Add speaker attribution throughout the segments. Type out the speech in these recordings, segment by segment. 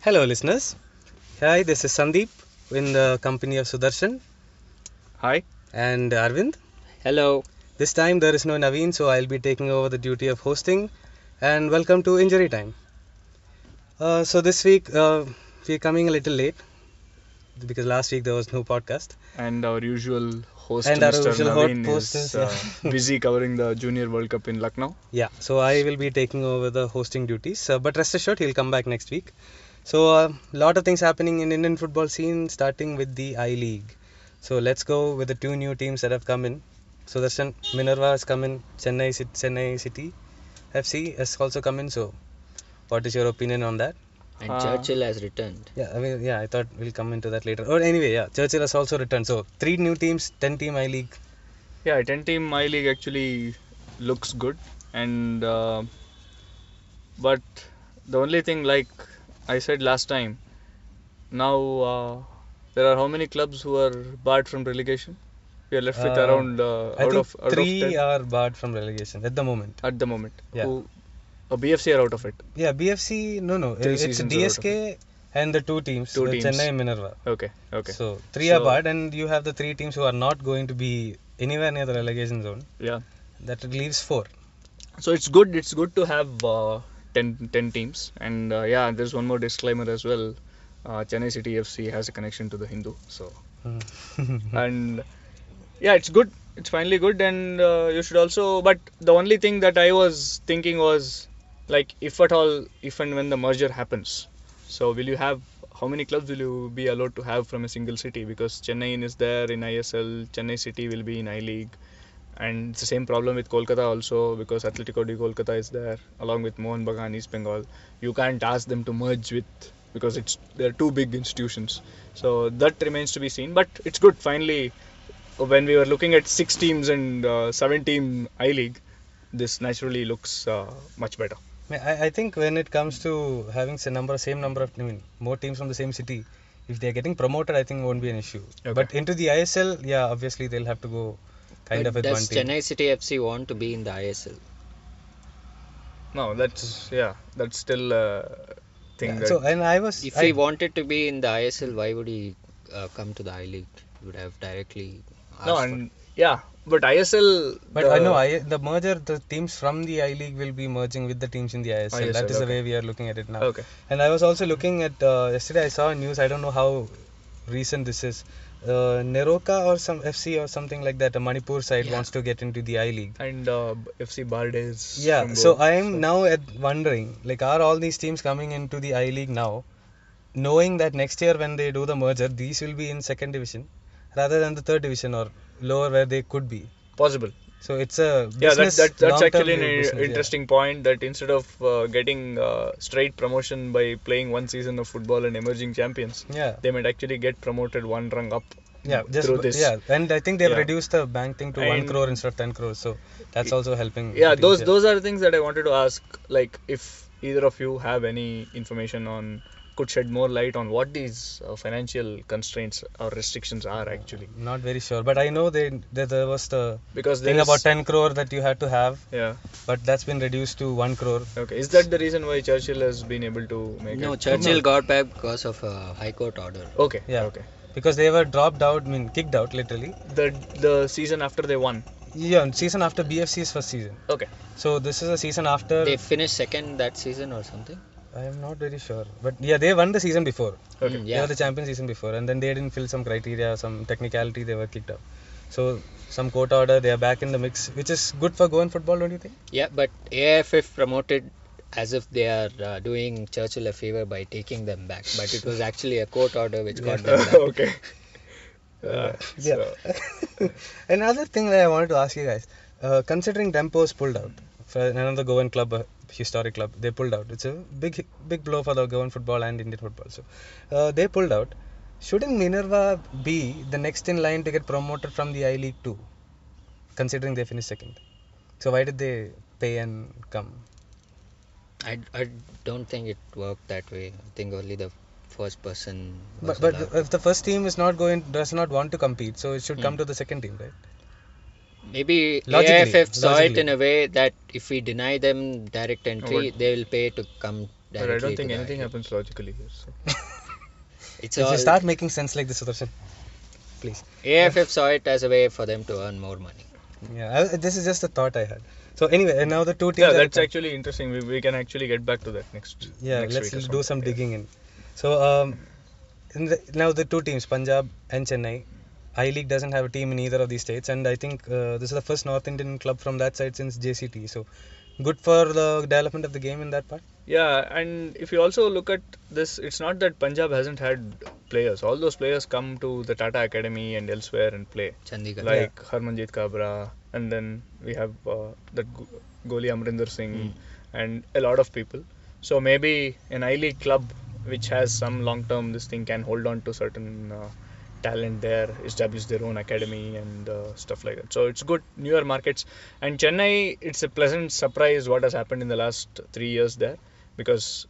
Speaker 1: Hello, listeners. Hi, this is Sandeep in the company of Sudarshan
Speaker 2: Hi.
Speaker 1: and Arvind.
Speaker 2: Hello.
Speaker 1: This time there is no Naveen, so I'll be taking over the duty of hosting. And welcome to Injury Time. Uh, so, this week uh, we're coming a little late because last week there was no podcast.
Speaker 2: And our usual host,
Speaker 1: And our
Speaker 2: Mr.
Speaker 1: usual hot
Speaker 2: Naveen,
Speaker 1: host is-
Speaker 2: is uh, busy covering the Junior World Cup in Lucknow.
Speaker 1: Yeah, so I will be taking over the hosting duties, uh, but rest assured he'll come back next week. So a lot of things happening in Indian football scene, starting with the I League. So let's go with the two new teams that have come in. So Sudarshan Minerva has come in, Chennai City, Chennai City FC has also come in. So what is your opinion on that?
Speaker 3: And
Speaker 2: Uh,
Speaker 3: Churchill has returned.
Speaker 1: Yeah, I mean, yeah, I thought we'll come into that later. Or anyway, yeah, Churchill has also returned. So three new teams, ten team I League.
Speaker 2: Yeah, 10 team My League actually looks good. And, uh, but the only thing, like I said last time, now uh, there are how many clubs who are barred from relegation? We are left with
Speaker 1: Uh,
Speaker 2: around uh,
Speaker 1: I
Speaker 2: out
Speaker 1: think
Speaker 2: of out
Speaker 1: three
Speaker 2: of 10
Speaker 1: are barred from relegation at the moment.
Speaker 2: at the moment.
Speaker 1: Yeah.
Speaker 2: Who, uh, BFC are out of it.
Speaker 1: Yeah, BFC. No, no, it-
Speaker 2: Three
Speaker 1: it's
Speaker 2: seasons are out of
Speaker 1: DSK and the two teams,
Speaker 2: Two
Speaker 1: the
Speaker 2: teams.
Speaker 1: Chennai and Minerva.
Speaker 2: Okay. Okay.
Speaker 1: So three are
Speaker 2: So-
Speaker 1: barred, and you have the three teams who are not going to be anywhere near the relegation zone.
Speaker 2: yeah.
Speaker 1: That leaves four.
Speaker 2: so it's good it's good to have uh, 10, 10 teams and uh, yeah there's one more disclaimer as well uh, chennai city fc has a connection to the hindu so
Speaker 1: Hmm.
Speaker 2: and yeah it's good it's finally good and uh, you should also but the only thing that i was thinking was like if at all if and when the merger happens so will you have how many clubs will you be allowed to have from a single city because chennai is there in isl chennai city will be in i league and it's the same problem with kolkata also because atletico de kolkata is there along with mohan bagan east bengal you can't ask them to merge with because it's they're two big institutions so that remains to be seen but it's good finally when we were looking at six teams and uh, seven team i league this naturally looks uh, much better
Speaker 1: I, mean, I- I think when it comes to having the number, same number of, I mean, more teams from the same city, if they're getting promoted, I think won't be an issue.
Speaker 2: Okay.
Speaker 1: But into the ISL, yeah, obviously they'll have to go kind
Speaker 3: But
Speaker 1: of with one
Speaker 3: does
Speaker 1: team.
Speaker 3: Chennai City FC want to be in the ISL?
Speaker 2: no that's yeah that's still uh, thing
Speaker 1: Yeah,
Speaker 2: that,
Speaker 1: so and I was.
Speaker 3: If
Speaker 1: I-
Speaker 3: he wanted to be in the ISL, why would he uh, come to the I League? He would have directly asked
Speaker 2: no
Speaker 3: for-
Speaker 2: and yeah but isl
Speaker 1: But
Speaker 2: the-
Speaker 1: I know I, the merger, the teams from the I League will be merging with the teams in the ISL.
Speaker 2: ISL,
Speaker 1: that is the
Speaker 2: Ah, okay.
Speaker 1: way we are looking at it now.
Speaker 2: okay
Speaker 1: And I was also looking at uh, yesterday. I saw a news. I don't know how recent this is. Uh, Neroka or some FC or something like that. A Manipur side
Speaker 3: Yeah.
Speaker 1: wants to get into the I League.
Speaker 2: and uh, fc bardes
Speaker 1: Yeah. So I am now at wondering, like, are all these teams coming into the I League now, knowing that next year when they do the merger, these will be in second division, rather than the third division or lower where they could be.
Speaker 2: possible
Speaker 1: So it's a
Speaker 2: yeah that,
Speaker 1: business,
Speaker 2: that, that's
Speaker 1: long-term
Speaker 2: actually an
Speaker 1: view
Speaker 2: i-
Speaker 1: business, yeah.
Speaker 2: interesting point that instead of uh, getting uh, straight promotion by playing one season of football and emerging champions
Speaker 1: Yeah,
Speaker 2: they might actually get promoted one rung up
Speaker 1: yeah, just
Speaker 2: through this
Speaker 1: yeah, and I think they've
Speaker 2: Yeah.
Speaker 1: reduced the bank thing to one
Speaker 2: And-
Speaker 1: crore instead of ten crores, so that's also helping.
Speaker 2: yeah
Speaker 1: the teams,
Speaker 2: those those are the things that i wanted to ask like if either of you have any information on could shed more light on what these uh, financial constraints or restrictions are actually
Speaker 1: Not very sure, but I know they that there was the
Speaker 2: because there
Speaker 1: thing
Speaker 2: is-
Speaker 1: about ten crore that you had to have,
Speaker 2: yeah
Speaker 1: but that's been reduced to one crore.
Speaker 2: okay is that the reason why churchill has been able to make
Speaker 3: no,
Speaker 2: it?
Speaker 3: Churchill got back because of a High Court order.
Speaker 2: okay
Speaker 1: Yeah.
Speaker 2: okay
Speaker 1: Because they were dropped out, I mean kicked out literally.
Speaker 2: the the season after they won
Speaker 1: Yeah, and season after BFC's first season.
Speaker 2: okay
Speaker 1: So this is a season after.
Speaker 3: They finished second that season or something.
Speaker 1: I am not very sure, but yeah, they won the season before.
Speaker 2: okay
Speaker 3: Mm,
Speaker 1: They
Speaker 3: yeah.
Speaker 1: were the champion season before, and then they didn't fill some criteria, some technicality, they were kicked out. So, some court order, they are back in the mix, which is good for Goan football, don't you think?
Speaker 3: Yeah, but AIFF promoted as if they are uh, doing Churchill a favor by taking them back. But it was actually a court order which got them back.
Speaker 2: okay. Uh,
Speaker 1: Yeah.
Speaker 2: so-
Speaker 1: Another thing that I wanted to ask you guys uh, considering Dempo's pulled out, for another Goan club, a historic club, they pulled out. It's a big, big blow for the Goan football and Indian football. So, uh, they pulled out. Shouldn't Minerva be the next in line to get promoted from the I League too, considering they finished second? So, why did they pay and come?
Speaker 3: I, I don't think it worked that way. I think only the first person. Was
Speaker 1: But, but
Speaker 3: allowed.
Speaker 1: if the first team is not going, does not want to compete, so it should come
Speaker 3: Hmm.
Speaker 1: to the second team, right?
Speaker 3: Maybe
Speaker 1: Logically,
Speaker 3: AIFF saw it
Speaker 1: logically.
Speaker 3: in a way that if we deny them direct entry,
Speaker 2: But-
Speaker 3: they will pay to come directly.
Speaker 2: But I don't
Speaker 3: to
Speaker 2: think
Speaker 3: the
Speaker 2: anything
Speaker 3: IIT.
Speaker 2: happens logically here. So.
Speaker 3: It's
Speaker 1: if
Speaker 3: all,
Speaker 1: you start making sense like this, Sudarshan, please.
Speaker 3: AIFF saw it as a way for them to earn more money.
Speaker 1: Yeah, I, this is just a thought I had. So anyway, and now the two teams.
Speaker 2: Yeah,
Speaker 1: are
Speaker 2: that's
Speaker 1: come-
Speaker 2: actually interesting. We, we can actually get back to that next.
Speaker 1: uh, Yeah,
Speaker 2: next
Speaker 1: let's
Speaker 2: week or
Speaker 1: do some
Speaker 2: something.
Speaker 1: digging in. So um, in the, now the two teams, Punjab and Chennai. I League doesn't have a team in either of these states, and I think uh, this is the first North Indian club from that side since JCT. So good for the development of the game in that part.
Speaker 2: Yeah, and if you also look at this, it's not that Punjab hasn't had players. All those players come to the Tata Academy and elsewhere and play.
Speaker 3: Chandigarh.
Speaker 2: Like Harmanjit Kabra, and then we have uh, that go- goalie Amrinder Singh, and a lot of people. So maybe an I League club which has some long term this thing can hold on to certain uh, talent there, establish their own academy and uh, stuff like that. So it's good newer markets. And Chennai, it's a pleasant surprise what has happened in the last three years there because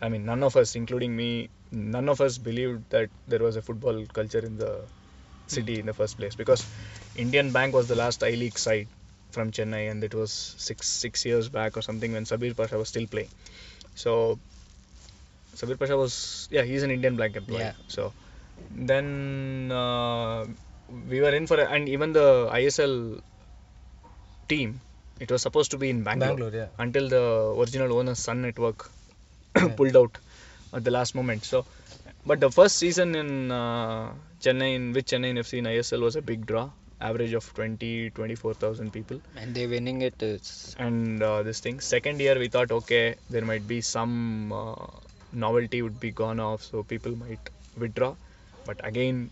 Speaker 2: I mean, none of us, including me, none of us believed that there was a football culture in the city in the first place because Indian Bank was the last I League side from Chennai, and it was six six years back or something when Sabir Pasha was still playing. So Sabir Pasha was yeah, he's an Indian Bank employee.
Speaker 3: Yeah.
Speaker 2: So then uh, we were in for a, and even the ISL team, it was supposed to be in
Speaker 1: Bangalore, yeah.
Speaker 2: until the original owner Sun Network
Speaker 1: Yeah.
Speaker 2: pulled out at the last moment. So, but the first season in uh, Chennai, in which Chennai FC in ISL was a big draw, average of 20, 24,000 people.
Speaker 3: And they're winning it. It's,
Speaker 2: And uh, this thing, second year we thought, okay, there might be some uh, novelty would be gone off, so people might withdraw. But again,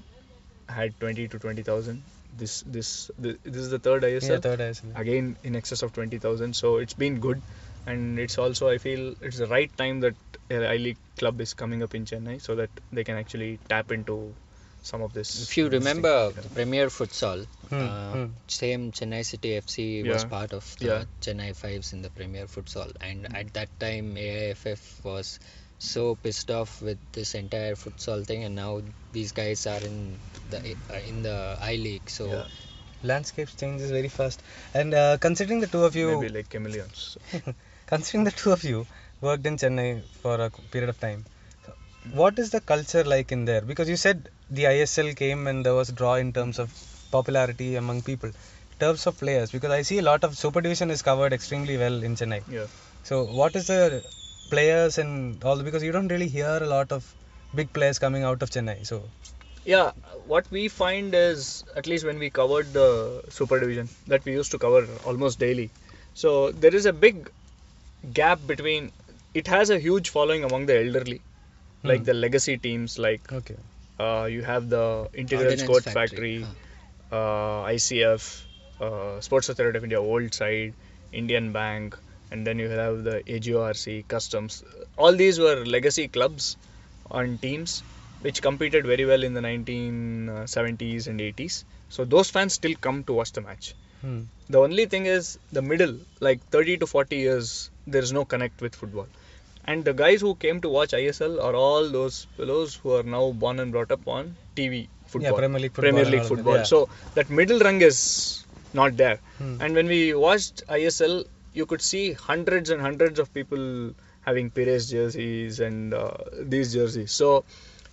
Speaker 2: had 20 to 20,000. This this this, this is the third ISL
Speaker 1: Yeah, third ISL.
Speaker 2: again in excess of 20,000. So it's been good, and it's also I feel it's the right time that a I League club is coming up in Chennai so that they can actually tap into some of this.
Speaker 3: if you
Speaker 2: this thing.
Speaker 3: remember the Premier Futsal,
Speaker 1: Hmm,
Speaker 3: uh,
Speaker 1: hmm.
Speaker 3: same Chennai City FC was
Speaker 2: Yeah.
Speaker 3: part of the
Speaker 2: Yeah.
Speaker 3: Chennai Fives in the Premier Futsal, and at that time AIFF was so pissed off with this entire futsal thing, and now these guys are in the uh, in the I League. So
Speaker 2: Yeah.
Speaker 1: Landscapes changes very fast, and uh, considering the two of you,
Speaker 2: maybe like chameleons.
Speaker 1: considering the two of you worked in Chennai for a period of time, what is the culture like in there? Because you said the ISL came and there was draw in terms of popularity among people, in terms of players. Because I see a lot of Super Division is covered extremely well in Chennai.
Speaker 2: Yeah.
Speaker 1: So what is the players and all? Because you don't really hear a lot of big players coming out of Chennai. So
Speaker 2: Yeah, what we find is at least when we covered the super division that we used to cover almost daily. So there is a big gap between it has a huge following among the elderly, like
Speaker 1: Hmm.
Speaker 2: the legacy teams like
Speaker 1: okay,
Speaker 2: Uh, you have the Integral
Speaker 3: Ordnance
Speaker 2: Squad
Speaker 3: Factory,
Speaker 2: Factory, uh, ICF, uh, Sports Authority of India Old Side, Indian Bank, and then you have the AGORC, Customs. All these were legacy clubs and teams which competed very well in the 1970s and 80s. So those fans still come to watch the match.
Speaker 1: hmm.
Speaker 2: The only thing is the middle, like 30 to 40 years, there is no connect with football. And the guys who came to watch ISL are all those fellows who are now born and brought up on TV football,
Speaker 1: Premier League football and all of that,
Speaker 2: football.
Speaker 1: yeah.
Speaker 2: So that middle rung is not there.
Speaker 1: Hmm.
Speaker 2: And when we watched ISL, you could see hundreds and hundreds of people having Pires jerseys and uh, these jerseys. So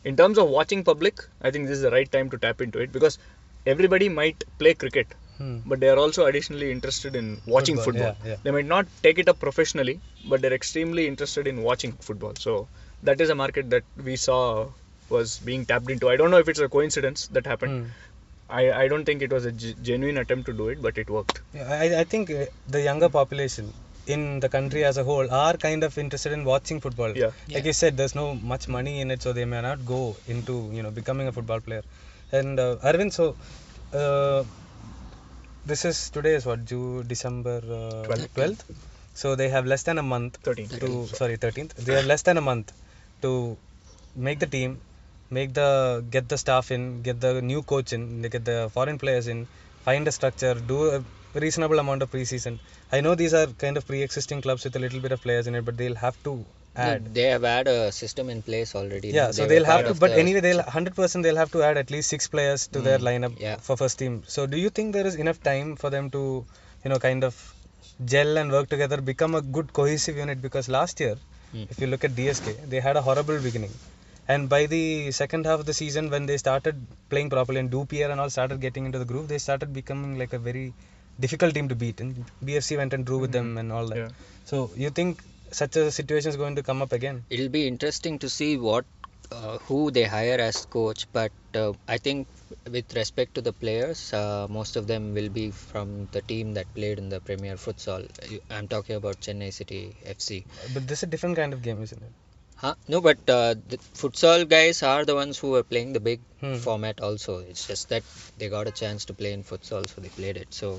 Speaker 2: in terms of watching public, I think this is the right time to tap into it because everybody might play cricket
Speaker 1: Hmm.
Speaker 2: but they are also additionally interested in watching
Speaker 1: Football,
Speaker 2: football.
Speaker 1: yeah, yeah.
Speaker 2: They might not take it up professionally, but they're extremely interested in watching football. So that is a market that we saw was being tapped into. I don't know if it's a coincidence that happened.
Speaker 1: Hmm.
Speaker 2: I, I don't think it was a ge- genuine attempt to do it, but it worked.
Speaker 1: Yeah, I, I think uh, the younger population in the country as a whole are kind of interested in watching football.
Speaker 2: Yeah.
Speaker 1: Like you said, there's no much money in it, so they may not go into you know becoming a football player. And uh, Arvind, so uh, this is today is what June December uh,
Speaker 2: Twelfth.
Speaker 1: twelfth. so they have less than a month
Speaker 2: 13.
Speaker 1: to sorry 13th they have less than a month to make the team make the get the staff in get the new coach in they get the foreign players in find a structure do a reasonable amount of preseason i know these are kind of pre-existing clubs with a little bit of players in it but they'll have to add.
Speaker 3: No, they have had a system in place already.
Speaker 1: Yeah, so
Speaker 3: They
Speaker 1: they'll
Speaker 3: were
Speaker 1: have
Speaker 3: part
Speaker 1: to,
Speaker 3: of
Speaker 1: but
Speaker 3: the-
Speaker 1: anyway, they'll 100% they'll have to add at least six players to their
Speaker 3: Mm,
Speaker 1: lineup
Speaker 3: yeah.
Speaker 1: for first team. So do you think there is enough time for them to, you know, kind of gel and work together, become a good cohesive unit? Because last year,
Speaker 3: Mm.
Speaker 1: if you look at DSK, they had a horrible beginning. And by the second half of the season, when they started playing properly and Dupier and all started getting into the groove, they started becoming like a very difficult team to beat. And BFC went and drew with them and all that.
Speaker 2: Mm-hmm. Yeah.
Speaker 1: So you think such a situation is going to come up again?
Speaker 3: It'll be interesting to see what uh, who they hire as coach, but uh, I think with respect to the players, uh, most of them will be from the team that played in the Premier Futsal. You- I'm talking about Chennai City FC.
Speaker 1: But this is a different kind of game, isn't it?
Speaker 3: Huh? No, but uh, the futsal guys are the ones who were playing the big
Speaker 1: Hmm.
Speaker 3: format also. It's just that they got a chance to play in futsal, so they played it. So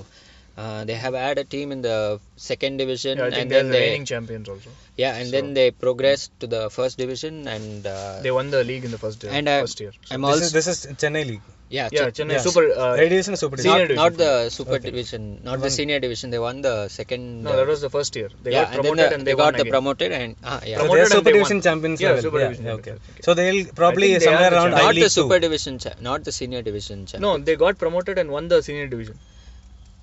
Speaker 3: uh, they have had a team in the second division,
Speaker 2: Yeah, I think
Speaker 3: and
Speaker 2: they're
Speaker 3: then
Speaker 2: the
Speaker 3: they
Speaker 2: reigning champions also.
Speaker 3: yeah, and
Speaker 2: so-
Speaker 3: then they progressed to the first division, and uh,
Speaker 2: They won the league in the first year.
Speaker 3: and uh, I,
Speaker 2: first year. So-
Speaker 3: I'm
Speaker 1: this
Speaker 3: also
Speaker 1: is this is Chennai league.
Speaker 3: yeah,
Speaker 2: yeah,
Speaker 3: Ch-
Speaker 2: Chennai
Speaker 1: yeah.
Speaker 2: Super. Uh,
Speaker 1: Red Division is Super
Speaker 2: Senior
Speaker 1: Division.
Speaker 3: not,
Speaker 2: division
Speaker 3: not the super
Speaker 1: Okay.
Speaker 3: division, not the
Speaker 1: One-
Speaker 3: senior division. They won the second.
Speaker 2: no,
Speaker 3: uh,
Speaker 2: that was the first year. They
Speaker 3: yeah,
Speaker 2: got
Speaker 3: and then
Speaker 2: promoted
Speaker 3: the-
Speaker 2: and
Speaker 3: they
Speaker 2: they won
Speaker 3: got the
Speaker 2: again.
Speaker 3: promoted and ah, yeah.
Speaker 1: So
Speaker 2: Promoted
Speaker 1: they're
Speaker 2: and
Speaker 1: Super
Speaker 2: they
Speaker 1: Division
Speaker 2: won.
Speaker 1: champions
Speaker 2: Yeah,
Speaker 1: level.
Speaker 2: Super
Speaker 1: yeah,
Speaker 2: Division
Speaker 1: yeah, okay.
Speaker 2: champions, okay.
Speaker 1: So they'll probably
Speaker 2: I think they
Speaker 1: somewhere
Speaker 2: are the
Speaker 1: around I
Speaker 3: not
Speaker 1: League
Speaker 3: the super
Speaker 1: two.
Speaker 3: division, cha- not the senior division. cha-
Speaker 2: No, they got promoted and won the senior division.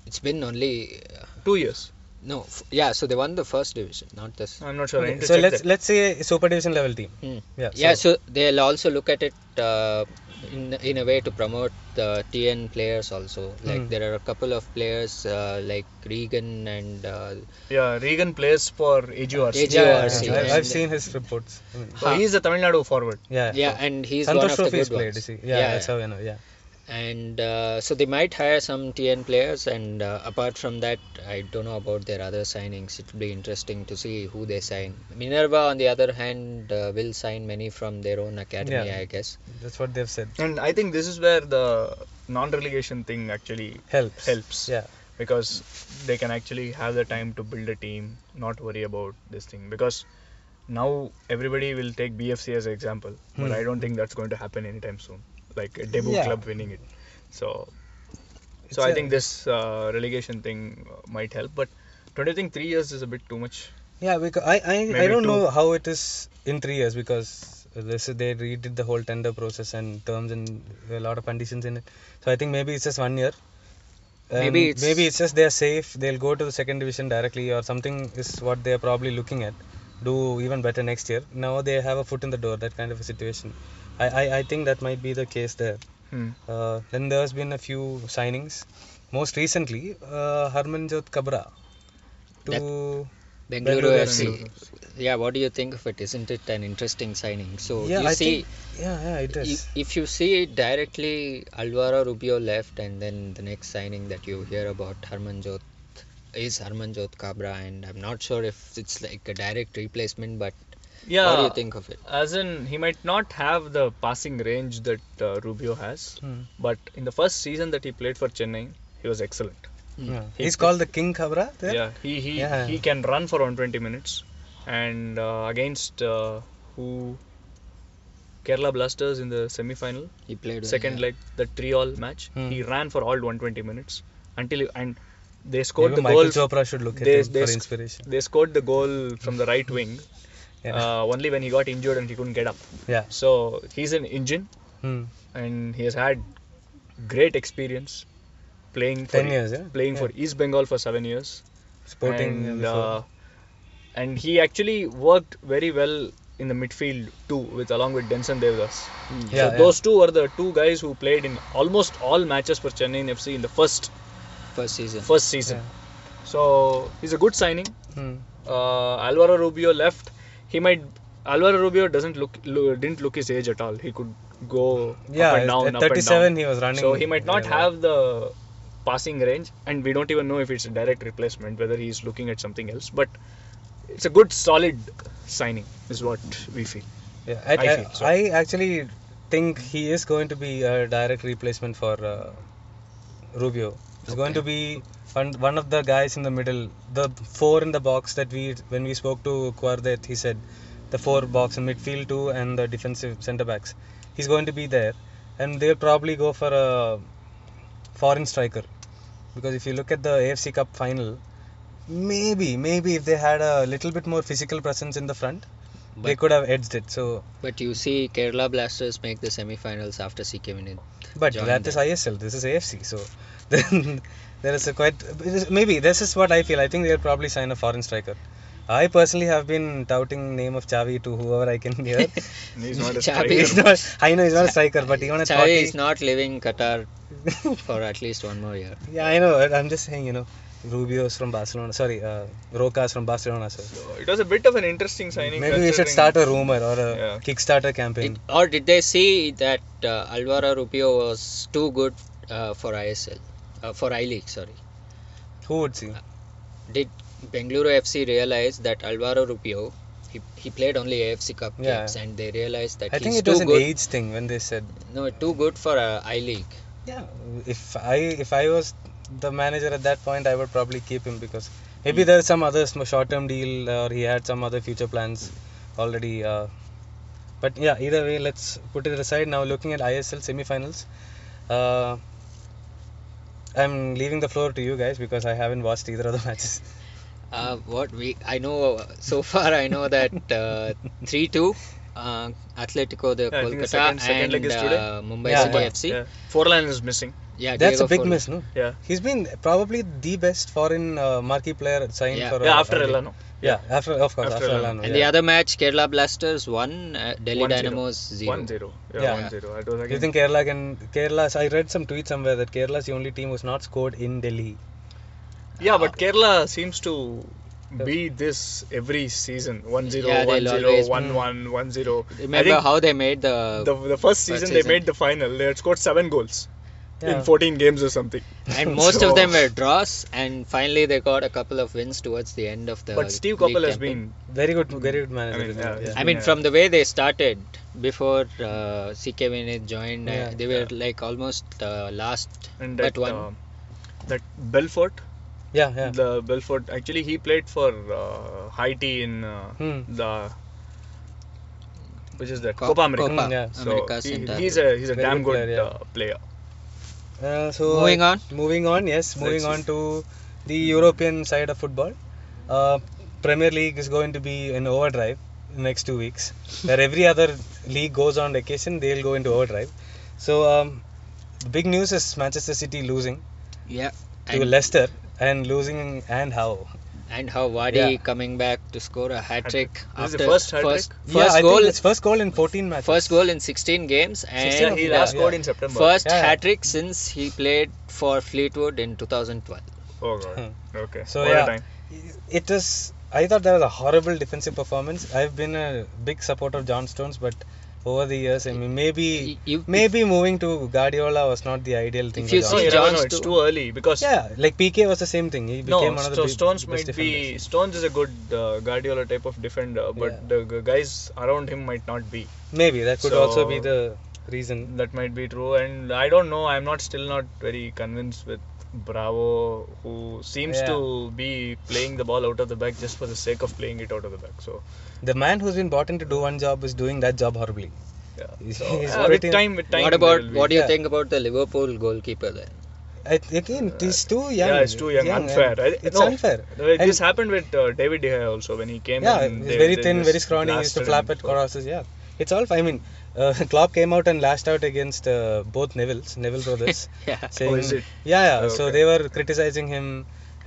Speaker 3: it's been only uh,
Speaker 2: Two years.
Speaker 3: no, f- yeah. So they won the first division, not this.
Speaker 2: I'm not sure. I need to
Speaker 1: So
Speaker 2: check
Speaker 1: let's
Speaker 2: that.
Speaker 1: let's say Super Division level team.
Speaker 3: Hmm.
Speaker 1: Yeah.
Speaker 3: Yeah, so they'll also look at it uh, in in a way to promote the TN players also. Like
Speaker 1: Hmm.
Speaker 3: there are a couple of players uh, like Regan and uh,
Speaker 2: Yeah, Regan plays for AGRC.
Speaker 3: AGRC.
Speaker 1: yeah, yeah,
Speaker 3: JRC,
Speaker 1: yeah. I- I've
Speaker 3: and-
Speaker 1: seen his reports. I mean,
Speaker 2: So he's a Tamil Nadu forward.
Speaker 1: yeah.
Speaker 3: yeah, and he's one
Speaker 1: Santosh
Speaker 3: of the
Speaker 1: Trophy
Speaker 3: good
Speaker 1: is played.
Speaker 3: ones.
Speaker 1: is he? Yeah, that's how I know. Yeah.
Speaker 3: and uh, so they might hire some TN players. And uh, apart from that, I don't know about their other signings. It'll be interesting to see who they sign. Minerva, on the other hand, uh, will sign many from their own academy,
Speaker 1: Yeah.
Speaker 3: I guess.
Speaker 1: That's what they've said.
Speaker 2: And I think this is where the non-relegation thing actually
Speaker 1: Helps.
Speaker 2: helps.
Speaker 1: Yeah.
Speaker 2: because they can actually have the time to build a team, not worry about this thing. Because now everybody will take BFC as an example, but
Speaker 1: Hmm.
Speaker 2: I don't think that's going to happen anytime soon. Like a debut
Speaker 1: Yeah.
Speaker 2: club winning it. So,
Speaker 1: It's
Speaker 2: so I
Speaker 1: a-
Speaker 2: think this uh, relegation thing uh, might help. But don't you think three years is a bit too much?
Speaker 1: Yeah, because I I, I
Speaker 2: Maybe
Speaker 1: don't
Speaker 2: two.
Speaker 1: know how it is in three years because this they redid the whole tender process and terms and a lot of conditions in it. So I think maybe it's just one year. And
Speaker 3: Maybe it's-
Speaker 1: maybe it's just they're safe. They'll go to the second division directly or something is what they're probably looking at. Do even better next year. Now they have a foot in the door. That kind of a situation. I I, I think that might be the case there.
Speaker 2: Hmm.
Speaker 1: Uh, then there's been a few signings. Most recently, uh, Harmanjot Kabra to
Speaker 3: That-
Speaker 1: Bengaluru
Speaker 3: Bengaluru, FC.
Speaker 1: FC.
Speaker 3: Yeah, what do you think of it? Isn't it an interesting signing? So
Speaker 1: Yeah,
Speaker 3: you
Speaker 1: I
Speaker 3: see.
Speaker 1: think- yeah, yeah, it
Speaker 3: i-
Speaker 1: is.
Speaker 3: If you see it directly, Alvaro Rubio left, and then the next signing that you hear about Harmanjot is Harmanjot Kabra, and I'm not sure if it's like a direct replacement, but
Speaker 2: Yeah.
Speaker 3: what do you think of it?
Speaker 2: As in, he might not have the passing range that uh, Rubio has,
Speaker 1: Hmm.
Speaker 2: but in the first season that he played for Chennai, he was excellent.
Speaker 3: Hmm.
Speaker 1: Yeah.
Speaker 2: He-
Speaker 1: Hmm. He's called the King Kabra. There?
Speaker 2: Yeah, he he,
Speaker 1: Yeah.
Speaker 2: he can run for 120 minutes, and uh, against uh, who Kerala Blasters in the semi-final,
Speaker 3: He played well,
Speaker 2: second
Speaker 3: yeah.
Speaker 2: leg, the three-all match,
Speaker 1: Hmm.
Speaker 2: he ran for all 120 minutes until he- and they scored
Speaker 1: Even
Speaker 2: the
Speaker 1: Michael
Speaker 2: goal.
Speaker 1: Chopra should look at
Speaker 2: they,
Speaker 1: him
Speaker 2: they
Speaker 1: for
Speaker 2: sc-
Speaker 1: inspiration.
Speaker 2: They scored the goal from the right wing.
Speaker 1: Yeah.
Speaker 2: Uh, only when he got injured and he couldn't get up.
Speaker 1: yeah.
Speaker 2: So he's an engine,
Speaker 1: Hmm.
Speaker 2: and he has had great experience playing for
Speaker 1: Ten years. Yeah.
Speaker 2: playing
Speaker 1: yeah.
Speaker 2: for East Bengal for seven years
Speaker 1: Sporting.
Speaker 2: and,
Speaker 1: before.
Speaker 2: uh, and he actually worked very well in the midfield too with along with Denson Devdas.
Speaker 3: Mm.
Speaker 1: Yeah,
Speaker 2: so
Speaker 1: yeah.
Speaker 2: those two were the two guys who played in almost all matches for Chennai FC in the first
Speaker 3: First season.
Speaker 2: first season. So he's a good signing.
Speaker 1: Hmm.
Speaker 2: Uh, Alvaro Rubio left. He might Alvaro Rubio doesn't look lo- didn't look his age at all. He could go
Speaker 1: Yeah.
Speaker 2: up and down,
Speaker 1: at
Speaker 2: up and down.
Speaker 1: 37, he was running.
Speaker 2: So he might not
Speaker 1: yeah,
Speaker 2: have the passing range, and we don't even know if it's a direct replacement, whether he's looking at something else. But it's a good, solid signing, is what we feel.
Speaker 1: Yeah. I,
Speaker 2: I
Speaker 1: I,
Speaker 2: feel so.
Speaker 1: I actually think he is going to be a direct replacement for uh, Rubio. He's going to be one, one of the guys in the middle, the four in the box that we when we spoke to Quardet, he said the four box in midfield two and the defensive centre backs. He's going to be there, and they'll probably go for a foreign striker because if you look at the AFC Cup final, maybe maybe if they had a little bit more physical presence in the front, they
Speaker 3: But-
Speaker 1: could have edged it. So,
Speaker 3: But you see, Kerala Blasters make the semifinals after CK winning.
Speaker 1: but
Speaker 3: Join
Speaker 1: that is
Speaker 3: them.
Speaker 1: ISL. This is AFC. So, then there is a quite maybe this is what I feel. I think they'll probably sign a foreign striker. I personally have been touting name of Chavi to whoever I can hear.
Speaker 2: He's not a
Speaker 3: Chabi is
Speaker 2: striker.
Speaker 1: He's not- I know he's not a striker, but even at
Speaker 3: Chavi is
Speaker 1: 40,
Speaker 3: not leaving Qatar for at least one more year.
Speaker 1: yeah, I know. I'm just saying, you know, Rubio's from Barcelona. Sorry, uh, Roca's from Barcelona. So
Speaker 2: So it was a bit of an interesting signing.
Speaker 1: maybe we should
Speaker 2: considering-
Speaker 1: start a rumor or a
Speaker 2: Yeah.
Speaker 1: Kickstarter campaign.
Speaker 3: Did, or did they see that uh, Alvaro Rubio was too good uh, for ISL, uh, for I League? Sorry.
Speaker 1: Who would see?
Speaker 3: Did Bengaluru FC realize that Alvaro Rubio, he, he played only AFC Cup
Speaker 1: Yeah.
Speaker 3: games, and they realized that
Speaker 1: I
Speaker 3: he's
Speaker 1: think it
Speaker 3: too
Speaker 1: was an
Speaker 3: good.
Speaker 1: age thing when they said,
Speaker 3: No, too good for uh, I League.
Speaker 1: yeah, if I if I was the manager at that point, I would probably keep him because maybe
Speaker 3: Hmm.
Speaker 1: there's some other sm- short-term deal or he had some other future plans already. Uh, but yeah, either way, let's put it aside. Now looking at ISL semifinals, uh, I'm leaving the floor to you guys because I haven't watched either of the matches.
Speaker 3: Uh, what we I know uh, so far I know that uh, three two uh, Atletico the
Speaker 2: Yeah, I think the
Speaker 3: Kolkata
Speaker 2: second- second
Speaker 3: and
Speaker 2: leg is today.
Speaker 3: uh, Mumbai
Speaker 1: Yeah,
Speaker 3: City
Speaker 1: yeah.
Speaker 3: FC. Yeah,
Speaker 2: Yeah. Forlan is missing.
Speaker 1: That's a
Speaker 3: Diego
Speaker 1: big
Speaker 3: Forlan.
Speaker 1: miss, no?
Speaker 2: Yeah.
Speaker 1: He's been probably the best foreign uh, marquee player signed
Speaker 3: Yeah.
Speaker 1: for.
Speaker 2: yeah,
Speaker 1: uh,
Speaker 2: after
Speaker 1: India.
Speaker 2: Elano.
Speaker 1: Yeah, after of course
Speaker 2: After
Speaker 1: after,
Speaker 2: Elano.
Speaker 1: Elano,
Speaker 3: And
Speaker 1: yeah.
Speaker 3: the other match Kerala Blasters one, uh, Delhi
Speaker 2: 1-0.
Speaker 3: Dynamos zero.
Speaker 2: 1 0.
Speaker 1: Yeah.
Speaker 2: Yeah, 1 0. It was
Speaker 1: Do you
Speaker 2: again.
Speaker 1: think Kerala can Kerala? I read some tweet somewhere that Kerala is the only team who's not scored in Delhi.
Speaker 2: yeah, but Kerala seems to be this every season 1 0,
Speaker 3: Yeah,
Speaker 2: 1
Speaker 3: they'll
Speaker 2: 0,
Speaker 3: always-
Speaker 2: 1 1, 1 0.
Speaker 3: Remember how they made the,
Speaker 2: the, the first season they
Speaker 3: season.
Speaker 2: made the final, they had scored 7 goals
Speaker 1: Yeah.
Speaker 2: in 14 games or something.
Speaker 3: and most
Speaker 2: So-
Speaker 3: of them were draws and finally they got a couple of wins towards the end of the.
Speaker 2: But Steve
Speaker 3: league
Speaker 2: Koppel has
Speaker 3: campaign.
Speaker 2: been.
Speaker 1: Very good, very good manager.
Speaker 2: I mean,
Speaker 1: isn't it?
Speaker 2: yeah,
Speaker 1: Yeah.
Speaker 2: he's
Speaker 3: I mean,
Speaker 2: been a-
Speaker 3: from the way they started before uh, CK Vinay joined,
Speaker 1: Yeah.
Speaker 3: uh, they were like almost uh, last
Speaker 2: And
Speaker 3: but
Speaker 2: that,
Speaker 3: one.
Speaker 2: uh, that Belfort,
Speaker 1: yeah, yeah.
Speaker 2: the Belfort, actually he played for uh, Haiti in uh,
Speaker 1: Hmm.
Speaker 2: the. Which is that?
Speaker 3: Co-
Speaker 2: Copa America.
Speaker 3: Copa
Speaker 1: Mm, yeah.
Speaker 2: So
Speaker 3: America
Speaker 2: he-
Speaker 3: Center.
Speaker 2: he's a he's a
Speaker 1: Very
Speaker 2: damn
Speaker 1: good
Speaker 2: good
Speaker 1: player, yeah.
Speaker 2: uh, player.
Speaker 1: Uh, so
Speaker 3: Moving on.
Speaker 1: Moving on, yes. Moving on to the European side of football. Uh, Premier League is going to be in overdrive next two weeks. Where every other league goes on vacation, they'll go into overdrive. So um, the big news is Manchester City losing
Speaker 3: yeah.
Speaker 1: to
Speaker 3: And,
Speaker 1: Leicester and losing and how.
Speaker 3: and how Wadi
Speaker 1: Yeah.
Speaker 3: coming back to score a hat trick
Speaker 2: Hat-trick. This is
Speaker 3: after
Speaker 2: the first hat-trick?
Speaker 3: first,
Speaker 1: yeah, I
Speaker 3: first
Speaker 1: think
Speaker 3: goal
Speaker 1: it's first goal in 14 matches.
Speaker 3: first goal in 16 games and uh,
Speaker 1: 16
Speaker 2: he
Speaker 1: Yeah,
Speaker 2: last
Speaker 1: yeah.
Speaker 2: scored in September.
Speaker 3: first
Speaker 1: Yeah.
Speaker 3: hat trick since he played for Fleetwood in 2012.
Speaker 2: Oh god. Okay.
Speaker 1: Hmm. So
Speaker 2: What a
Speaker 1: yeah,
Speaker 2: time.
Speaker 1: it was. I thought that was a horrible defensive performance. I've been a big supporter of John Stones, but over the years, I mean, maybe
Speaker 3: You-
Speaker 1: maybe moving to Guardiola was not the ideal thing.
Speaker 3: If
Speaker 1: for
Speaker 3: you
Speaker 1: John
Speaker 2: No,
Speaker 3: see
Speaker 2: you
Speaker 1: Stones.
Speaker 2: never
Speaker 3: John's
Speaker 2: know. It's
Speaker 3: too-
Speaker 2: too early because
Speaker 1: yeah, like PK was the same thing. He became
Speaker 2: no.
Speaker 1: one of
Speaker 2: Sto-
Speaker 1: the
Speaker 2: Stones
Speaker 1: best
Speaker 2: might be
Speaker 1: defenders.
Speaker 2: Stones is a good uh, Guardiola type of defender, but
Speaker 1: Yeah.
Speaker 2: the g- guys around him might not be.
Speaker 1: Maybe that could also
Speaker 2: So-
Speaker 1: be the reason.
Speaker 2: That might be true, and I don't know. I'm not still not very convinced with Bravo, who seems
Speaker 1: Yeah.
Speaker 2: to be playing the ball out of the back just for the sake of playing it out of the back. So
Speaker 1: The man who's been brought in to do one job is doing that job horribly.
Speaker 2: yeah.
Speaker 1: He's-
Speaker 2: So,
Speaker 1: he's
Speaker 2: yeah, with
Speaker 1: already-
Speaker 2: time, with time.
Speaker 3: what about
Speaker 2: they'll be-
Speaker 3: what do you
Speaker 1: Yeah.
Speaker 3: think about the Liverpool goalkeeper then?
Speaker 1: I, again, he's too young.
Speaker 2: Yeah, it's too young.
Speaker 1: and
Speaker 2: unfair. I-
Speaker 1: It's
Speaker 2: no,
Speaker 1: unfair.
Speaker 2: th-
Speaker 1: And-
Speaker 2: This happened with uh, David De Gea also when he came.
Speaker 1: Yeah,
Speaker 2: in,
Speaker 1: he's
Speaker 2: they-
Speaker 1: very
Speaker 2: they
Speaker 1: thin,
Speaker 2: just
Speaker 1: very scrawny. He used to
Speaker 2: blasted
Speaker 1: flap
Speaker 2: him.
Speaker 1: at crosses. Yeah, it's all. I mean, uh, Klopp came out and lashed out against uh, both Neville's, Neville brothers,
Speaker 3: Yeah.
Speaker 1: saying,
Speaker 2: Oh, is it?
Speaker 1: yeah, yeah.
Speaker 2: Oh,
Speaker 1: So
Speaker 2: okay.
Speaker 1: they were criticizing him,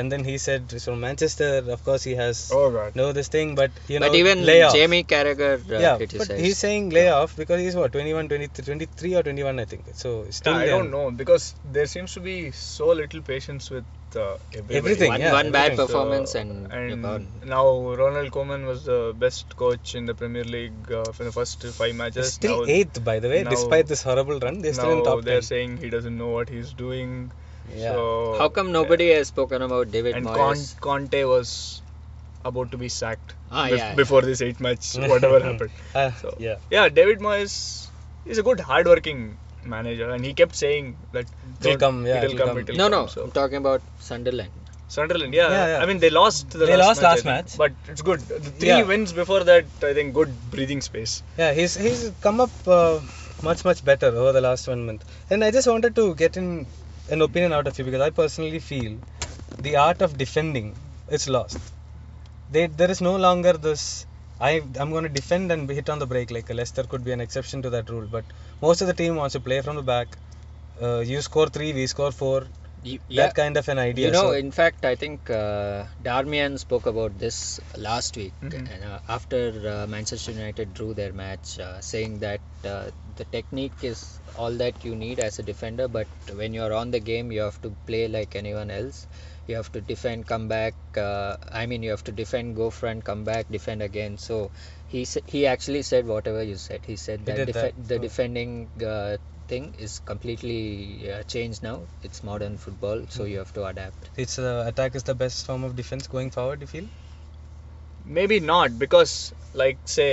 Speaker 1: and then he said, "He's from Manchester. Of course, he has
Speaker 2: Oh god.
Speaker 1: no this thing, but you know,
Speaker 3: but even
Speaker 1: lay off."
Speaker 3: Jamie Carragher uh,
Speaker 1: yeah, but
Speaker 3: criticized.
Speaker 1: he's saying lay off because he's what 21, 23, 23 or 21, I think. So still,
Speaker 2: I
Speaker 1: young.
Speaker 2: don't know because there seems to be so little patience with uh, everybody.
Speaker 1: Everything,
Speaker 3: one
Speaker 1: yeah,
Speaker 3: one bad
Speaker 1: everything.
Speaker 3: performance
Speaker 2: So,
Speaker 3: and, you're
Speaker 2: and
Speaker 3: gone.
Speaker 2: now Ronald Koeman was the best coach in the Premier League uh, for the first five matches.
Speaker 1: He's still
Speaker 2: now,
Speaker 1: eighth, by the way,
Speaker 2: now-
Speaker 1: despite this horrible run. They're still in
Speaker 2: now
Speaker 1: top
Speaker 2: they're
Speaker 1: 10.
Speaker 2: saying he doesn't know what he's doing.
Speaker 1: Yeah.
Speaker 2: So,
Speaker 3: How come nobody has spoken about David
Speaker 2: and Con-
Speaker 3: Moyes?
Speaker 2: Conte was about to be sacked
Speaker 3: Ah,
Speaker 2: bef-
Speaker 3: yeah, yeah.
Speaker 2: before this eight match, whatever happened.
Speaker 1: Uh,
Speaker 2: So,
Speaker 1: yeah.
Speaker 2: yeah, David Moyes is a good, hard-working manager, and he kept saying that
Speaker 1: It'll
Speaker 2: "Don't-
Speaker 1: come, yeah,
Speaker 2: it'll,
Speaker 1: it'll
Speaker 2: come,
Speaker 1: come."
Speaker 2: it'll
Speaker 3: no,
Speaker 2: come.
Speaker 3: no,
Speaker 2: So,
Speaker 3: I'm talking about Sunderland.
Speaker 2: Sunderland, yeah.
Speaker 1: Yeah, yeah.
Speaker 2: I mean, they lost. The
Speaker 1: They lost last
Speaker 2: I think,
Speaker 1: match.
Speaker 2: but it's good. The three
Speaker 1: Yeah.
Speaker 2: wins before that, I think, good breathing space.
Speaker 1: Yeah, he's he's come up uh, much much better over the last one month, and I just wanted to get in an opinion out of you because I personally feel the art of defending is lost. They, there is no longer this I I'm going to defend and hit on the break. Like Leicester could be an exception to that rule, but most of the team wants to play from the back. Uh, you score three, we score four.
Speaker 3: You-
Speaker 1: That kind of an idea.
Speaker 3: You know,
Speaker 1: so-
Speaker 3: in fact, I think uh, Darmian spoke about this last week
Speaker 2: Mhm.
Speaker 3: and, uh, after uh, Manchester United drew their match, uh, saying that uh, the technique is all that you need as a defender, but when you're on the game, you have to play like anyone else. You have to defend, come back. Uh, I mean, you have to defend, go front, come back, defend again. So he s- he actually said whatever you said. He said that,
Speaker 1: did that,
Speaker 3: the
Speaker 1: so-
Speaker 3: defending uh, thing is completely uh, changed now. It's modern football, so you have to adapt.
Speaker 1: it's uh, attack is the best form of defense going forward. You feel?
Speaker 2: Maybe not because, like, say,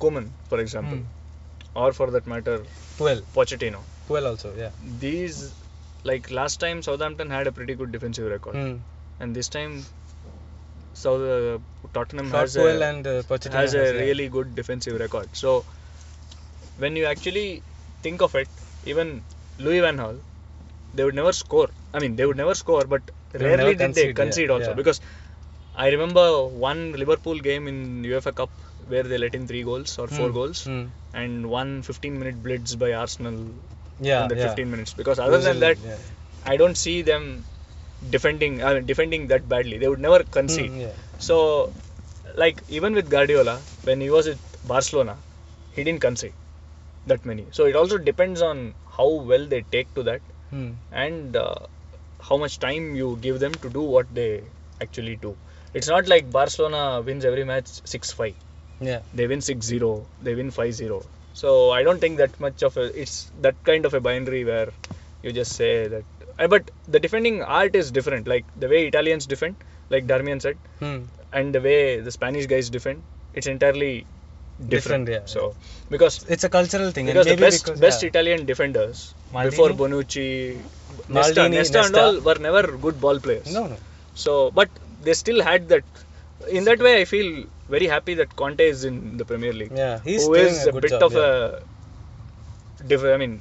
Speaker 2: Koeman, for example,
Speaker 1: Hmm.
Speaker 2: or for that matter,
Speaker 1: Puel,
Speaker 2: Pochettino.
Speaker 1: Puel also, yeah.
Speaker 2: These, like, last time Southampton had a pretty good defensive record,
Speaker 1: Mm.
Speaker 2: and this time, South uh, Tottenham
Speaker 1: Not
Speaker 2: has
Speaker 1: Puel
Speaker 2: a,
Speaker 1: and uh, Pochettino
Speaker 2: has a
Speaker 1: yeah.
Speaker 2: really good defensive record. So, when you actually think of it, even Louis Van Gaal, they would never score. I mean, they would never score, but
Speaker 1: They would never
Speaker 2: rarely did they
Speaker 1: concede, yeah,
Speaker 2: concede also.
Speaker 1: yeah.
Speaker 2: Because I remember one Liverpool game in UEFA Cup where they let in three goals or four
Speaker 1: Mm,
Speaker 2: goals,
Speaker 1: mm.
Speaker 2: and one 15 minute blitz by Arsenal
Speaker 1: Yeah,
Speaker 2: in the
Speaker 1: yeah.
Speaker 2: 15 minutes. Because other than that,
Speaker 1: Brazil, yeah.
Speaker 2: I don't see them defending uh, defending that badly. They would never concede.
Speaker 1: Mm, yeah.
Speaker 2: So, like even with Guardiola, when he was with Barcelona, he didn't concede that many. So it also depends on how well they take to that
Speaker 1: Mm.
Speaker 2: and uh, how much time you give them to do what they actually do. It's not like Barcelona wins every match 6-5.
Speaker 1: Yeah.
Speaker 2: They win 6-0. They win 5-0. So I don't think that much of a it's that kind of a binary where you just say that. Uh, But the defending art is different. Like the way Italians defend, like Darmian said
Speaker 1: Mm.
Speaker 2: and the way the Spanish guys defend, it's entirely different.
Speaker 1: Different, yeah.
Speaker 2: So because
Speaker 1: It's a cultural thing.
Speaker 2: because the
Speaker 1: and maybe
Speaker 2: best
Speaker 1: because,
Speaker 2: best
Speaker 1: yeah.
Speaker 2: Italian defenders
Speaker 1: Maldini?
Speaker 2: before Bonucci, Nesta,
Speaker 1: Maldini,
Speaker 2: Nesta, and
Speaker 1: Nesta.
Speaker 2: all were never good ball players.
Speaker 1: No, no.
Speaker 2: So but they still had that. In that way, I feel very happy that Conte is in the Premier League.
Speaker 1: Yeah, he's
Speaker 2: who
Speaker 1: doing
Speaker 2: is
Speaker 1: a
Speaker 2: a,
Speaker 1: good
Speaker 2: bit
Speaker 1: job,
Speaker 2: of
Speaker 1: yeah.
Speaker 2: a diff- I mean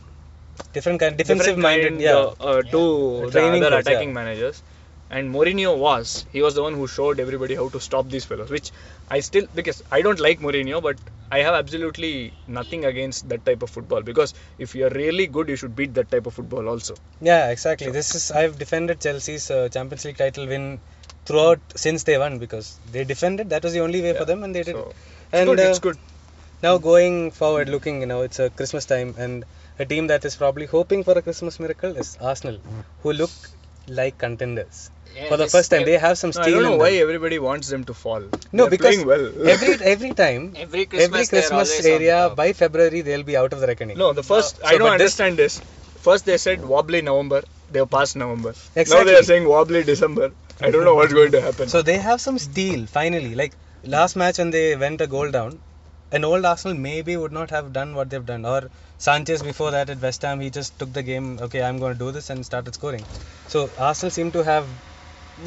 Speaker 1: Different kind, defensive
Speaker 2: different
Speaker 1: minded.
Speaker 2: kind
Speaker 1: Yeah.
Speaker 2: uh, uh, to
Speaker 1: Yeah.
Speaker 2: the
Speaker 1: Training
Speaker 2: other
Speaker 1: coach,
Speaker 2: attacking
Speaker 1: yeah.
Speaker 2: managers. And Mourinho was he was the one who showed everybody how to stop these fellows, which I still because I don't like Mourinho, but I have absolutely nothing against that type of football because if you are really good, you should beat that type of football also.
Speaker 1: Yeah, exactly. This is I've defended Chelsea's uh, Champions League title win throughout since they won because they defended. That was the only way for
Speaker 2: Yeah,
Speaker 1: them, and they did.
Speaker 2: so
Speaker 1: it.
Speaker 2: It's
Speaker 1: And
Speaker 2: good,
Speaker 1: uh,
Speaker 2: it's good.
Speaker 1: now going forward, looking, you know, it's a Christmas time, and a team that is probably hoping for a Christmas miracle is Arsenal, who look like contenders
Speaker 3: Yeah,
Speaker 1: for the
Speaker 3: this-
Speaker 1: first time. They have some
Speaker 2: No,
Speaker 1: steel.
Speaker 2: I don't know
Speaker 1: in
Speaker 2: why
Speaker 1: them.
Speaker 2: everybody wants them to fall.
Speaker 1: No,
Speaker 2: They're
Speaker 1: because
Speaker 2: playing well.
Speaker 1: every every time,
Speaker 3: Every Christmas,
Speaker 1: every Christmas area by February they'll be out of the reckoning.
Speaker 2: No, the first
Speaker 1: Uh, So,
Speaker 2: I don't
Speaker 1: but this-
Speaker 2: understand this. First they said wobbly November. They're past November. Now
Speaker 1: Exactly.
Speaker 2: they are saying wobbly December. I don't know what's going to happen.
Speaker 1: So they have some steel finally. Like last match when they went a goal down, an old Arsenal maybe would not have done what they've done. Or Sanchez before that at West Ham, he just took the game. Okay, I'm going to do this and started scoring. So Arsenal seem to have.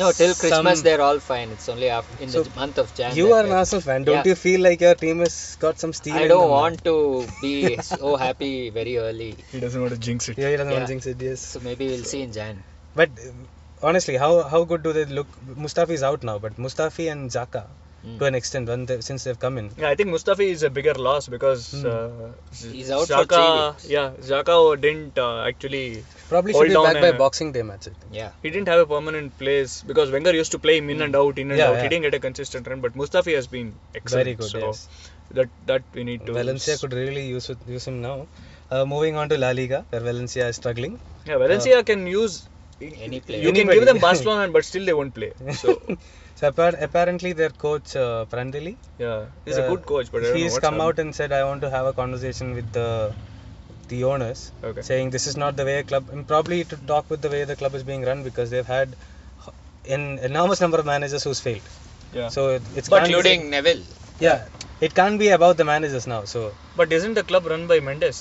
Speaker 3: No, till
Speaker 1: Some-
Speaker 3: Christmas they're all fine. It's only after, in
Speaker 1: So,
Speaker 3: the month of January.
Speaker 1: you are an Arsenal fan, don't
Speaker 3: Yeah.
Speaker 1: you feel like your team has got some steel?
Speaker 3: I
Speaker 1: in
Speaker 3: don't
Speaker 1: them now?
Speaker 3: want to be so happy very early.
Speaker 2: he doesn't want to jinx it.
Speaker 1: Yeah, he doesn't want
Speaker 3: Yeah.
Speaker 1: jinx it. Yes.
Speaker 3: So maybe we'll see in Jan.
Speaker 1: But um, honestly, how how good do they look? Mustafi is out now, but Mustafi and Zaka,
Speaker 3: Mm.
Speaker 2: Hmm.
Speaker 1: to an extent, when they, since they've come in,
Speaker 2: Yeah, I think Mustafi is a bigger loss because
Speaker 1: Hmm.
Speaker 2: uh,
Speaker 3: He's out for
Speaker 2: Xhaka-
Speaker 3: three weeks.
Speaker 2: yeah, Zaka didn't uh, actually.
Speaker 1: probably
Speaker 2: Hold
Speaker 1: should be
Speaker 2: down
Speaker 1: back by
Speaker 2: a-
Speaker 1: Boxing Day match. I think.
Speaker 3: Yeah.
Speaker 2: He didn't have a permanent place because Wenger used to play him in and out, in and
Speaker 1: Hmm. Yeah,
Speaker 2: out.
Speaker 1: yeah.
Speaker 2: He didn't get a consistent run, but Mustafi has been excellent.
Speaker 1: Very good.
Speaker 2: So
Speaker 1: yes.
Speaker 2: that that we need to.
Speaker 1: Valencia could really use it- use him now. Uh, moving on to La Liga, where Valencia is struggling.
Speaker 2: Yeah, Valencia can use.
Speaker 3: Any player.
Speaker 2: You can
Speaker 1: Anybody.
Speaker 2: give them Barcelona, but still they won't play. So
Speaker 1: So appar- apparently their coach uh, Prandelli,
Speaker 2: yeah, he's a
Speaker 1: uh,
Speaker 2: good coach, but I don't know
Speaker 1: he's
Speaker 2: what's
Speaker 1: come out
Speaker 2: happened.
Speaker 1: and said, "I want to have a conversation with the the owners,
Speaker 2: Okay.
Speaker 1: saying this is not the way a club, and probably to talk with the way the club is being run because they've had h- an enormous number of managers who's failed.
Speaker 2: Yeah.
Speaker 1: So it, it's
Speaker 3: But
Speaker 1: can't be-
Speaker 3: including Neville.
Speaker 1: yeah, it can't be about the managers now. So
Speaker 2: But isn't the club run by Mendes?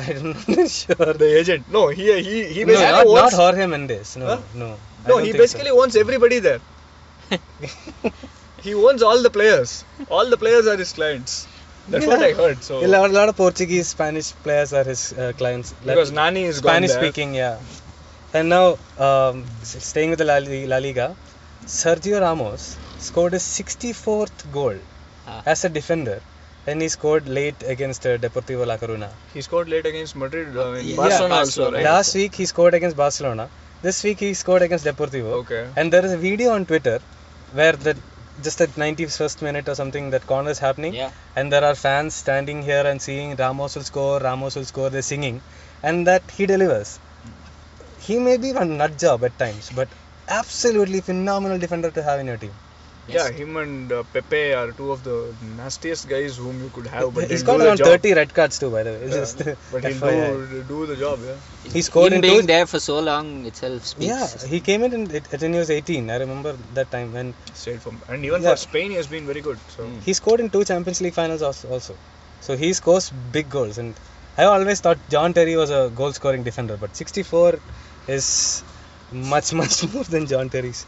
Speaker 1: I'm not sure.
Speaker 2: The agent? No, he he he
Speaker 1: no,
Speaker 2: basically
Speaker 1: not, not
Speaker 2: owns.
Speaker 1: Jorge Mendes. No,
Speaker 2: Huh?
Speaker 1: no. I
Speaker 2: no,
Speaker 1: don't
Speaker 2: he
Speaker 1: think so.
Speaker 2: basically owns everybody there. he owns all the players. All the players are his clients. That's what I heard. So
Speaker 1: A lot, a lot of Portuguese, Spanish players are his uh, clients. Like,
Speaker 2: because Nani is gone
Speaker 1: Spanish
Speaker 2: there.
Speaker 1: speaking, yeah. And now, um, s- staying with the La, Li- La Liga, Sergio Ramos scored his 64th goal
Speaker 3: Ah.
Speaker 1: as a defender when he scored late against uh, Deportivo La Coruña.
Speaker 2: He scored late against Madrid. I mean,
Speaker 3: Yeah,
Speaker 2: Barcelona also,
Speaker 3: Barcelona.
Speaker 2: right?
Speaker 1: Last week he scored against Barcelona. This week he scored against Deportivo.
Speaker 2: Okay.
Speaker 1: And there is a video on Twitter where the just that 91st minute or something that corner is happening.
Speaker 3: Yeah.
Speaker 1: And there are fans standing here and seeing Ramos will score, Ramos will score. They're singing, and that he delivers. He may be a nut job at times, but absolutely phenomenal defender to have in your team.
Speaker 2: Yeah, him and uh, Pepe are two of the nastiest guys whom you could have. But
Speaker 1: He's got
Speaker 2: they'll do the
Speaker 1: around
Speaker 2: job.
Speaker 1: 30 red cards too, by the way. It's just
Speaker 2: Yeah, but he'll
Speaker 1: FYI.
Speaker 2: do, do the job, yeah.
Speaker 1: He scored
Speaker 3: Him
Speaker 1: in
Speaker 3: being
Speaker 1: two-
Speaker 3: there for so long itself speaks.
Speaker 1: Yeah, he came in in- at when he was 18. I remember that time when
Speaker 2: Straight from and even
Speaker 1: Yeah.
Speaker 2: for Spain he has been very good. So
Speaker 3: Mm.
Speaker 1: he scored in two Champions League finals als- also. So he scores big goals, and I always thought John Terry was a goal-scoring defender, but 64 is much much more than John Terry's,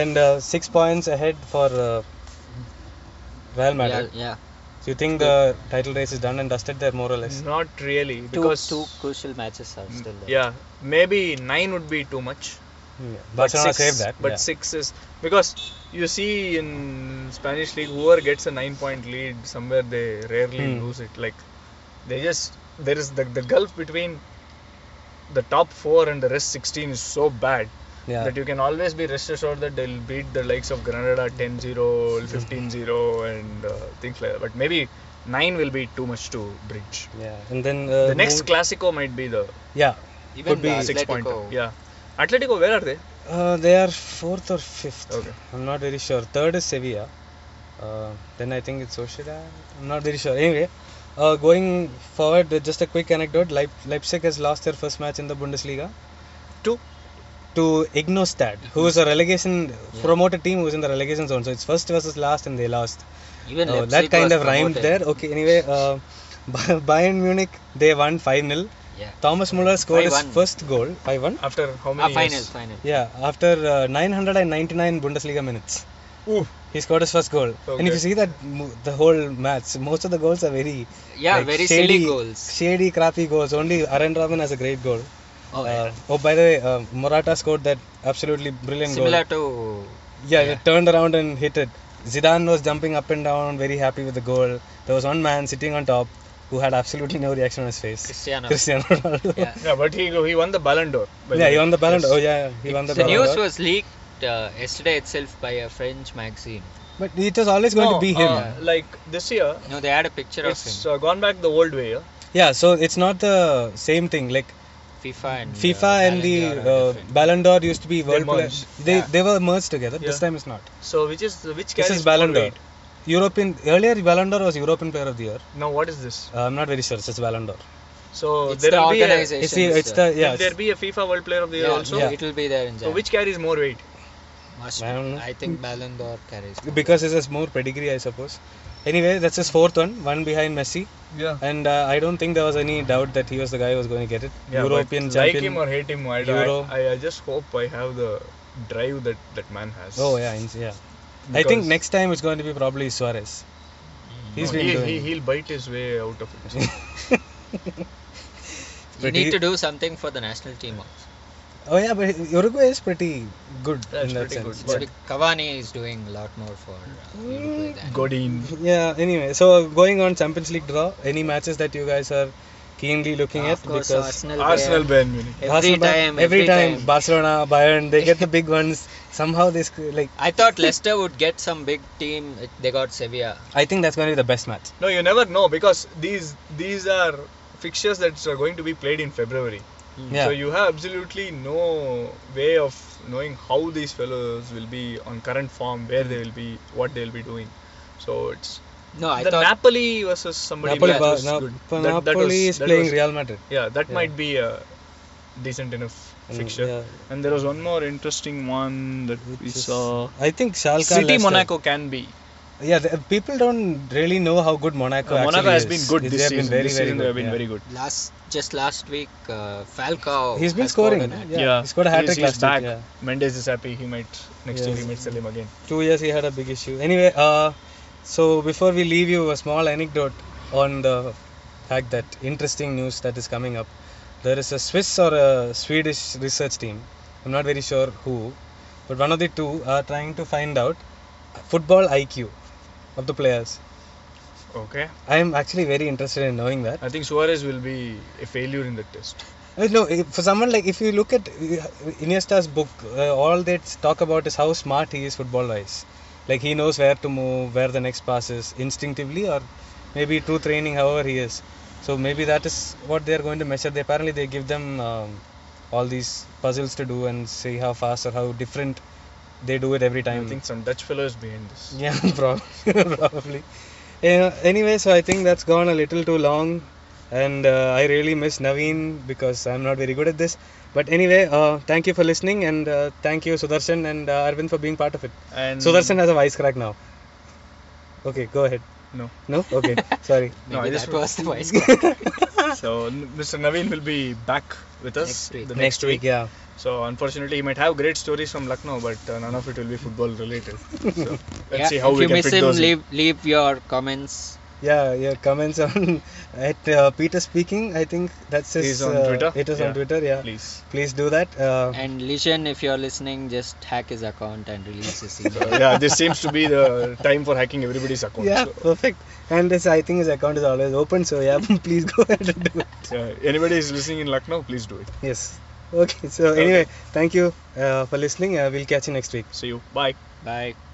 Speaker 1: and uh, six points ahead for uh, Real
Speaker 3: yeah,
Speaker 1: Madrid.
Speaker 3: yeah.
Speaker 1: So you think the title race is done and dusted there more or less?
Speaker 2: not really
Speaker 3: Two,
Speaker 2: because
Speaker 3: two crucial matches
Speaker 2: Mm.
Speaker 3: are still there.
Speaker 2: yeah maybe nine would be too much.
Speaker 1: Yeah.
Speaker 2: Mm-hmm. But
Speaker 1: Barcelona
Speaker 2: six,
Speaker 1: saved that.
Speaker 2: But
Speaker 1: yeah.
Speaker 2: six is because you see in Spanish league, whoever gets a nine-point lead somewhere, they rarely
Speaker 1: Hmm.
Speaker 2: lose it. Like they just there is the, the gulf between the top four and the rest 16 is so bad
Speaker 1: yeah.
Speaker 2: that you can always be rest assured that they'll beat the likes of Granada 10-0, 15-0, and uh, things like that. But maybe nine will be too much to bridge.
Speaker 1: yeah, and then
Speaker 2: The
Speaker 1: uh,
Speaker 2: next
Speaker 1: who-
Speaker 2: Clasico might be the
Speaker 1: yeah,
Speaker 3: Even
Speaker 2: could be
Speaker 3: the
Speaker 2: six
Speaker 3: Atletico,
Speaker 2: point. Yeah, Atletico, where are they?
Speaker 1: Uh, they are fourth or fifth.
Speaker 2: Okay.
Speaker 1: I'm not very sure. Third is Sevilla. Uh, then I think it's Sociedad. I'm not very sure. Anyway, uh, going forward, uh, just a quick anecdote. Leip- Leipzig has lost their first match in the Bundesliga
Speaker 2: Two.
Speaker 1: to Ignostad, who is a relegation promoted team who is in the relegation zone. So it's first versus last, and they lost.
Speaker 3: Even
Speaker 1: Oh,
Speaker 3: Leipzig
Speaker 1: that kind
Speaker 3: was
Speaker 1: of rhymed there.
Speaker 3: promoted.
Speaker 1: Okay. Anyway, uh, Bayern Munich they won 5-0.
Speaker 3: Yeah.
Speaker 1: Thomas Muller scored his
Speaker 3: 5-1.
Speaker 1: first goal. 5-1.
Speaker 2: After how
Speaker 3: Ah,
Speaker 2: many
Speaker 3: final,
Speaker 2: years?
Speaker 3: final.
Speaker 1: Yeah, after uh, 999 Bundesliga minutes,
Speaker 2: Ooh.
Speaker 1: he scored his first goal. And if you
Speaker 2: Okay.
Speaker 1: see that mo- the whole match, most of the goals are very
Speaker 3: Yeah,
Speaker 1: like,
Speaker 3: very
Speaker 1: shady,
Speaker 3: silly goals.
Speaker 1: shady, crappy goals. Only Aaron Robin has a great goal.
Speaker 3: Oh,
Speaker 1: Uh, oh, by the way, uh, Morata scored that absolutely brilliant
Speaker 3: similar
Speaker 1: goal.
Speaker 3: to
Speaker 1: Yeah, he turned around and hit it. Zidane was jumping up and down, very happy with the goal. There was one man sitting on top who had absolutely no reaction on his face.
Speaker 3: Cristiano.
Speaker 1: Cristiano Ronaldo.
Speaker 3: Yeah.
Speaker 2: Yeah, but he he won the Ballon d'Or. by the
Speaker 1: Yeah, he
Speaker 2: way.
Speaker 1: won the Ballon
Speaker 2: Yes.
Speaker 1: d'Or. Oh yeah, he won the
Speaker 3: The
Speaker 1: Ballon d'Or.
Speaker 3: news was leaked uh, yesterday itself by a French magazine.
Speaker 1: But it was always going
Speaker 2: no,
Speaker 1: to be him.
Speaker 2: uh, like this year,
Speaker 3: No, they had a picture of
Speaker 2: it's
Speaker 3: him.
Speaker 2: uh, gone back the old way. Yeah?
Speaker 1: Yeah, so it's not the same thing. Like
Speaker 3: FIFA and
Speaker 1: FIFA
Speaker 3: uh,
Speaker 1: and
Speaker 3: Ballon
Speaker 1: the
Speaker 3: d'Or are
Speaker 1: uh,
Speaker 3: different.
Speaker 1: Ballon d'Or used to be
Speaker 2: They
Speaker 1: World Player.
Speaker 2: merged.
Speaker 1: They
Speaker 3: Yeah.
Speaker 1: they were merged together. This
Speaker 2: Yeah.
Speaker 1: time it's not.
Speaker 2: So which is which
Speaker 1: This
Speaker 2: carries
Speaker 1: is Ballon
Speaker 2: more
Speaker 1: d'Or.
Speaker 2: weight?
Speaker 1: European earlier Ballon d'Or was European Player of the Year.
Speaker 2: Now what is this?
Speaker 1: Uh, I'm not very sure. It's just Ballon d'Or.
Speaker 2: So
Speaker 3: It's
Speaker 2: there
Speaker 3: the
Speaker 2: will be a,
Speaker 3: organization.
Speaker 1: It's the
Speaker 3: is,
Speaker 1: it's
Speaker 3: uh,
Speaker 1: the yeah.
Speaker 2: will there
Speaker 1: it's-
Speaker 2: be a FIFA World Player of the Year
Speaker 3: yeah,
Speaker 2: also?
Speaker 1: Yeah.
Speaker 3: it'll be there in
Speaker 2: So
Speaker 3: Jan.
Speaker 2: which carries more weight?
Speaker 3: Must
Speaker 1: I don't know.
Speaker 3: I think Ballon d'Or carries. more.
Speaker 1: Because this is more pedigree, I suppose. Anyway, that's his fourth one, one behind Messi,
Speaker 2: Yeah.
Speaker 1: and uh, I don't think there was any doubt that he was the guy who was going to get it.
Speaker 2: but
Speaker 1: European
Speaker 2: like
Speaker 1: champion.
Speaker 2: him or hate him, I,
Speaker 1: Euro.
Speaker 2: I, I just hope I have the drive that that man has.
Speaker 1: oh yeah, in- yeah. I think
Speaker 2: Because-
Speaker 1: next time it's going to be probably Suarez. He's
Speaker 2: no,
Speaker 1: been
Speaker 2: he,
Speaker 1: doing.
Speaker 2: he, he'll bite his way out of it.
Speaker 3: you
Speaker 1: pretty-
Speaker 3: need to do something for the national team also.
Speaker 1: Oh yeah, but Uruguay is pretty good
Speaker 2: That's
Speaker 1: in that
Speaker 2: pretty
Speaker 1: sense.
Speaker 2: good.
Speaker 3: But Cavani is doing a lot more for uh, Uruguay than
Speaker 2: Godin.
Speaker 1: Yeah. Anyway, so uh, going on Champions League draw, any matches that you guys are keenly looking
Speaker 3: Of
Speaker 1: at
Speaker 3: course,
Speaker 1: because
Speaker 3: Arsenal.
Speaker 2: Arsenal Bayern
Speaker 3: Bayern.
Speaker 2: Munich.
Speaker 3: Every
Speaker 1: Barcelona-
Speaker 3: time,
Speaker 1: every,
Speaker 3: every
Speaker 1: time,
Speaker 3: time.
Speaker 1: Barcelona, Bayern, they get the big ones. Somehow they sc- like.
Speaker 3: I thought Leicester would get some big team. It- They got Sevilla.
Speaker 1: I think that's going to be the best match.
Speaker 2: No, you never know because these these are fixtures that are going to be played in February.
Speaker 1: Yeah.
Speaker 2: Mm, So you have absolutely no way of knowing how these fellows will be on current form, where
Speaker 1: Mm.
Speaker 2: they will be, what they will be doing. So it's
Speaker 3: No, I
Speaker 2: the
Speaker 3: thought
Speaker 2: Napoli versus somebody
Speaker 1: Napoli,
Speaker 2: that
Speaker 1: Ba-
Speaker 2: was
Speaker 1: Nap-
Speaker 2: good.
Speaker 1: Pa-
Speaker 2: That- that
Speaker 1: Napoli
Speaker 2: was-
Speaker 1: is
Speaker 2: that
Speaker 1: playing
Speaker 2: was-
Speaker 1: Real Madrid.
Speaker 2: Yeah, that
Speaker 1: Yeah.
Speaker 2: might be a decent enough
Speaker 1: Mm,
Speaker 2: fixture.
Speaker 1: yeah.
Speaker 2: And there was one more interesting one that we
Speaker 1: Which is-
Speaker 2: saw.
Speaker 1: I think Schalke.
Speaker 2: City
Speaker 1: Leicester-
Speaker 2: Monaco can be.
Speaker 1: Yeah, the, uh, people don't really know how good Monaco.
Speaker 2: Uh, Monaco
Speaker 1: actually
Speaker 2: has
Speaker 1: is.
Speaker 2: been good
Speaker 1: They
Speaker 2: this
Speaker 1: have
Speaker 2: season.
Speaker 1: Been very,
Speaker 2: this
Speaker 1: very
Speaker 2: season
Speaker 1: good.
Speaker 2: they have been
Speaker 1: yeah.
Speaker 2: very good.
Speaker 3: last just last week uh, Falcao.
Speaker 1: He's been
Speaker 3: has scored
Speaker 1: scoring.
Speaker 3: an hat-trick.
Speaker 1: Yeah, he scored a hat trick
Speaker 2: He's- he's
Speaker 1: last
Speaker 2: back.
Speaker 1: week. Yeah.
Speaker 2: Mendes is happy. He might next year he
Speaker 1: Yes.
Speaker 2: might sell him again.
Speaker 1: two years he had a big issue anyway uh, so before we leave you a small anecdote on the fact that interesting news that is coming up there is a swiss or a swedish research team i'm not very sure who but one of the two are trying to find out football IQ of the players.
Speaker 2: Okay.
Speaker 1: I am actually very interested in knowing that.
Speaker 2: I think Suarez will be a failure in the test.
Speaker 1: Uh, No, if- for someone like if you look at uh, Iniesta's book, uh, all they talk about is how smart he is football-wise. Like he knows where to move, where the next pass is, instinctively or maybe through training, however he is. So maybe that is what they are going to measure. They apparently they give them um, all these puzzles to do and see how fast or how different they do it every
Speaker 2: I
Speaker 1: time.
Speaker 2: think some Dutch fellow is behind this.
Speaker 1: Yeah, prob- probably. Yeah, anyway, so I think that's gone a little too long, and uh, I really miss Naveen because I'm not very good at this. But anyway, uh, thank you for listening, and uh, thank you, Sudarshan and uh, Arvind, for being part of it.
Speaker 2: And
Speaker 1: Sudarshan has a voice crack now. Okay, go ahead.
Speaker 2: No.
Speaker 1: No? Okay, sorry.
Speaker 2: No,
Speaker 3: Maybe
Speaker 2: I just
Speaker 3: that was the wise
Speaker 2: So n- Mr. Naveen will be back with us
Speaker 3: Next week.
Speaker 2: the
Speaker 1: next, week, yeah.
Speaker 2: So unfortunately, he might have great stories from Lucknow, but uh, none of it will be football related. So let's see how
Speaker 3: if
Speaker 2: we
Speaker 3: you
Speaker 2: can
Speaker 3: miss
Speaker 2: fit
Speaker 3: him,
Speaker 2: those. in.
Speaker 3: leave leave your comments.
Speaker 1: Yeah, your comments on at uh, Peter speaking. I think that's his.
Speaker 2: He's on
Speaker 1: uh,
Speaker 2: Twitter.
Speaker 1: It is on
Speaker 2: Yeah.
Speaker 1: Twitter. Yeah.
Speaker 2: Please.
Speaker 1: Please do that. Uh,
Speaker 3: And Lishan, if you're listening, just hack his account and release his
Speaker 2: So,
Speaker 3: email.
Speaker 2: yeah, this seems to be the time for hacking everybody's account.
Speaker 1: Yeah,
Speaker 2: So,
Speaker 1: perfect. And this, I think his account is always open, so yeah, please go ahead and do it.
Speaker 2: yeah, anybody is listening in Lucknow, please do it.
Speaker 1: Yes. Okay, so anyway, thank you uh, for listening. Uh, we'll catch you next week.
Speaker 2: See you. Bye.
Speaker 3: Bye.